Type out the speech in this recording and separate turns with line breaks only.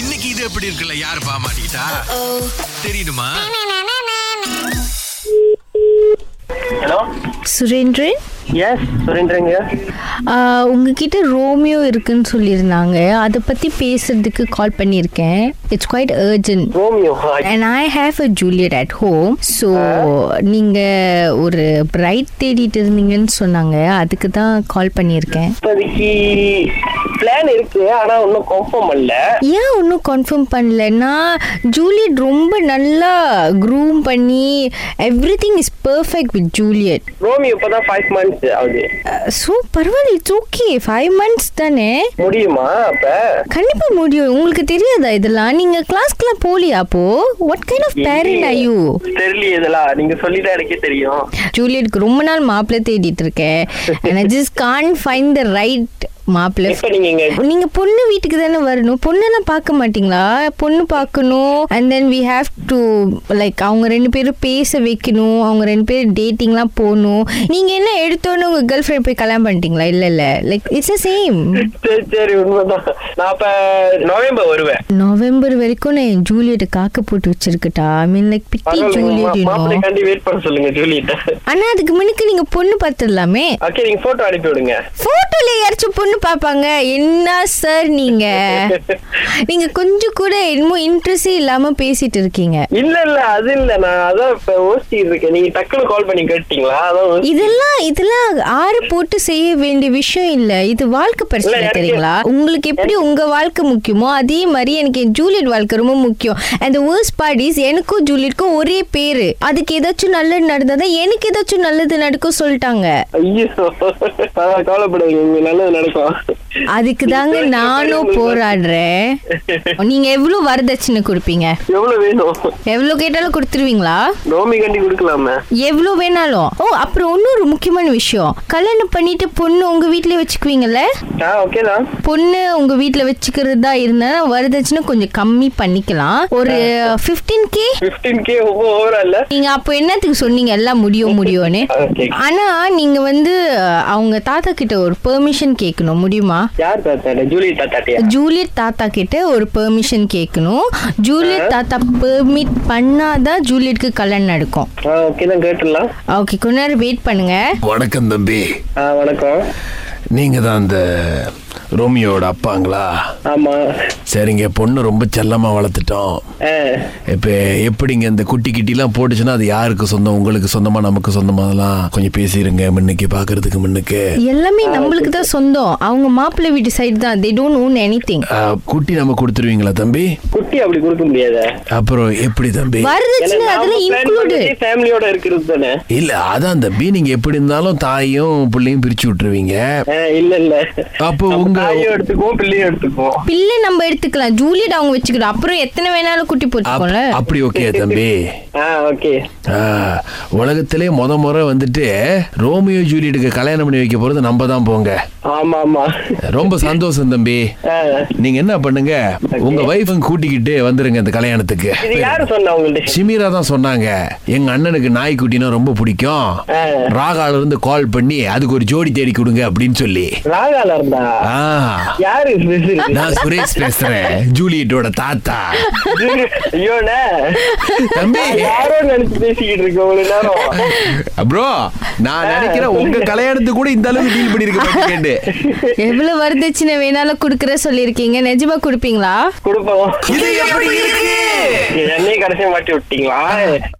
இன்னைக்கு இது எப்படி இருக்குல்ல யாரு பாமாட்டா தெரியுமா
ஹலோ
சுரேந்திரன்
எஸ் சுரேந்திரங்க
ஆ, உங்ககிட்ட ரோமியோ இருக்குன்னு சொல்லியிருந்தாங்க அதை பற்றி பேசுறதுக்கு கால் பண்ணியிருக்கேன் it's quite urgent
Romeo
and I have a Juliet at home so நீங்கள் ஒரு பிரைட் தேடிட்டு இருந்தீங்கன்னு சொன்னாங்க அதுக்கு தான் கால் பண்ணியிருக்கேன்
இப்போதைக்கு பிளான் இருக்கு ஆனா இன்னும் கன்ஃபார்ம் பண்ணல
ஏன் ஒன்றும் கன்ஃபார்ம் பண்ணலன்னா ஜூலியட் ரொம்ப நல்லா க்ரூம் பண்ணி everything is perfect with Juliet
Romeo இப்பதான் ஃபைவ் மந்த்ஸ் ஆகுது
ஸோ பரவாயில்ல இட்ஸ் ஓகே ஃபைவ் மந்த்ஸ் தானே
முடியுமா அப்ப
கண்டிப்பா முடியும் உங்களுக்கு தெரியாதா இதெல்லாம் நீங்க கிளாஸ்க்குலாம் போலியா அப்போ what kind of parent I you
தெரியல இதெல்லாம் நீங்க சொல்லிதான் எனக்கே தெரியும்
ஜூலியட்க்கு ரொம்ப நாள் மாப்பிள்ளை தேடிட்டு இருக்கேன் and I just can't find the right மாப்பிள்ளை
இப்ப நீங்க எங்க
நீங்க பொண்ணு வீட்டுக்கு தானே வரணும் பொண்ணெல்லாம் பார்க்க மாட்டீங்களா பொண்ணு பார்க்கணும் and then we have to like அவங்க ரெண்டு பேரும் பேச வைக்கணும் அவங்க ரெண்டு பேரும் டேட்டிங்லாம் போகணும் நீங்க என்ன எடுத்தோன்னு உங்க கேர்ள் ஃப்ரெண்ட் போய் கல்யாணம் பண்ணிட்டீங்களா இல்ல இல்ல லைக் இட்ஸ் அ சேம்
சரி சரி உண்மைதான் நான் அப்ப நவம்பர் வருவேன்
நவம்பர் வரைக்கும் நான் என் ஜூலியட்டை காக்க போட்டு வச்சிருக்கட்டா I mean like pity Juliet
மாப்பிள்ளை
யூனோ
காண்டி வெயிட் பண்ண சொல்லுங்க ஜூலியிட்ட
ஆனா அதுக்கு முன்னுக்கு நீங்க பொண்ணு பார்த்துடலாமே
ஓகே நீங்க போட்டோ அனுப்பி விடுங்க
போட்டோல யாராச்சும் பொண்ணு பார்ப்பாங்க என்ன சார் நீங்க நீங்க கொஞ்சம் கூட என்னமோ இன்ட்ரெஸ்டே இல்லாம பேசிட்டு இருக்கீங்க
இல்ல இல்ல அது இல்ல நான் அதான் இப்ப யோசிச்சுட்டு இருக்கேன் நீங்க டக்குனு கால் பண்ணி கேட்டீங்களா அதான் யோசி-
இதெல்லாம் இதெல்லாம் ஆறு போட்டு செய்ய வேண்டிய விஷயம் இல்ல இது வாழ்க்கை பிரச்சனை
இல்ல, எனக்கு-
தெரியுங்களா உங்களுக்கு எப்படி உங்க வாழ்க்கை முக்கியமோ அதே மாதிரி எனக்கு என் ஜூலியட் வாழ்க்கை ரொம்ப முக்கியம் அண்ட் வேர்ஸ் பார்ட் இஸ் எனக்கும் ஜூலியட்க்கும் ஒரே பேரு அதுக்கு ஏதாச்சும் நல்லது நடந்தாதான் எனக்கு ஏதாச்சும் நல்லது நடக்கும் சொல்லிட்டாங்க
ஐயோ அதான் கவலைப்படாதீங்க இங்க நல்லது நடக்கும்
அதுக்கு தாங்க
இப்ப
நானும்
இப்ப
போராடுறேன் நீங்க எவ்வளவு வரதட்சணை கொடுப்பீங்க
எவ்வளவு வேணும்
எவ்வளவு கேட்டாலும் கொடுத்துருவீங்களா
ரோமி கண்டி கொடுக்கலாமே
எவ்வளோ வேணாலும் ஓ அப்புறம் இன்னொரு முக்கியமான விஷயம் கல்யாணம் பண்ணிட்டு பொண்ணு உங்க வீட்டிலே வச்சுக்குவீங்கல்ல
ஆ ஓகே தான்
பொண்ணு உங்க வீட்ல வச்சுக்கிறதா இருந்தா வரதட்சணை கொஞ்சம் கம்மி பண்ணிக்கலாம் ஒரு 15k கே
பிப்டீன் கே ஓவரா இல்ல
நீங்க அப்போ என்னத்துக்கு சொன்னீங்க எல்லாம் முடியும் முடியும்னு
ஓகே
ஆனா நீங்க வந்து அஹ், அவங்க தாத்தா கிட்ட ஒரு பெர்மிஷன் கேட்கணும் முடியுமா
யார் தாத்தாட ஜூலி தாத்தாட்டியா
ஜூலியட் தாத்தா கிட்ட ஒரு பெர்மிஷன் கேட்கணும் ஜூலியட் தாத்தா பெர்மிட் பண்ணாதான் ஜூலியட்க்கு கல்யாணம் நடக்கும்
ஆ ஓகே தான் கேட்டுடலாம்
ஓகே கொஞ்ச நேரம் வெயிட் பண்ணுங்க
வணக்கம் தம்பி
ஆ வணக்கம்
நீங்க தான் அந்த ரோமியோட அப்பாங்களா
ஆமா
சரிங்க பொண்ணு ரொம்ப செல்லமா வளர்த்துட்டோம்
ஆ
இப்ப எப்படிங்க இந்த குட்டி கிட்டிலாம் போட்டுச்சுன்னா அது யாருக்கு சொந்தம் உங்களுக்கு சொந்தமா நமக்கு சொந்தமா அதெல்லாம் கொஞ்சம் பேசிடுங்க முன்னுக்கு பாக்குறதுக்கு முன்னுக்கு
எல்லாமே நம்மளுக்கு தான் சொந்தம் அவங்க மாப்பிள்ளை வீட்டு சைடு தான் தே டோன்ட் ஓன் எனிதிங்
ஆ, குட்டி நம்ம கொடுத்துருவீங்களா தம்பி
குட்டி அப்படி கொடுக்க முடியாதா
அப்புறம் எப்படி தம்பி
வரதட்சணை அதுல இன்க்ளூடு
ஃபேமிலியோட இருக்கிறது தானே
இல்ல அதான் தம்பி நீங்க எப்படி இருந்தாலும் தாயும் பிள்ளையும் பிரிச்சு விட்டுருவீங்க
ஆ, இல்ல இல்ல
அப்போ
நம்ம
உங்க-
தாயும் எடுத்துக்குவோம் பிள்ளையும் எடுத்துக்குவோம்
பிள்ளை நம்ம எடுத்துக்கலாம் ஜூலியட் அவங்க வச்சுக்கிறோம் அப்புறம் எத்தனை வேணாலும் குட்டி
அப்-
போட்டுக்கோம்ல
அப்படி ஓகே தம்பி
ஆ ஓகே
ஆ, உலகத்திலே முத முறை வந்துட்டு ரோமியோ ஜூலியட்டுக்கு கல்யாணம் பண்ணி வைக்க போறது நம்ம தான் போங்க
ஆமா ஆமா
ரொம்ப சந்தோஷம் தம்பி
ஆ,
நீங்க என்ன பண்ணுங்க உங்க வைஃபை கூட்டிக்கிட்டு வந்துருங்க இந்த கல்யாணத்துக்கு
இது யாரு சொன்னா உங்கள்ட்ட
சிமீரா தான் சொன்னாங்க எங்க அண்ணனுக்கு நாய்க்குட்டினா ரொம்ப பிடிக்கும்
ஆ.
ராகால இருந்து கால் பண்ணி அதுக்கு ஒரு ஜோடி தேடி கொடுங்க அப்படின்னு சொல்லி
ராகால இருந்தா
ஆ
யாரு பேசுறது
நான் சுரேஷ் பேசுறேன் ஜூலியட்டோட தாத்தா
ஐயோண்ணே
தம்பி
யாரோ நினைச்சு பேசிக்கிட்டு இருக்கேன் ஒரு நேரம்
ப்ரோ நான் நினைக்கிறேன் உங்க கல்யாணத்துக்கு கூட இந்த அளவுக்கு டீல் பண்ணிருக்க மாட்டேங்கன்னு
எவ்வளவு வரதட்சணை வேணாலும் குடுக்கற சொல்லியிருக்கீங்க நிஜமா கொடுப்பீங்களா
கொடுப்போம்
இது எப்படி இருக்கு
என்னையே கடைசியா மாட்டி விட்டீங்களா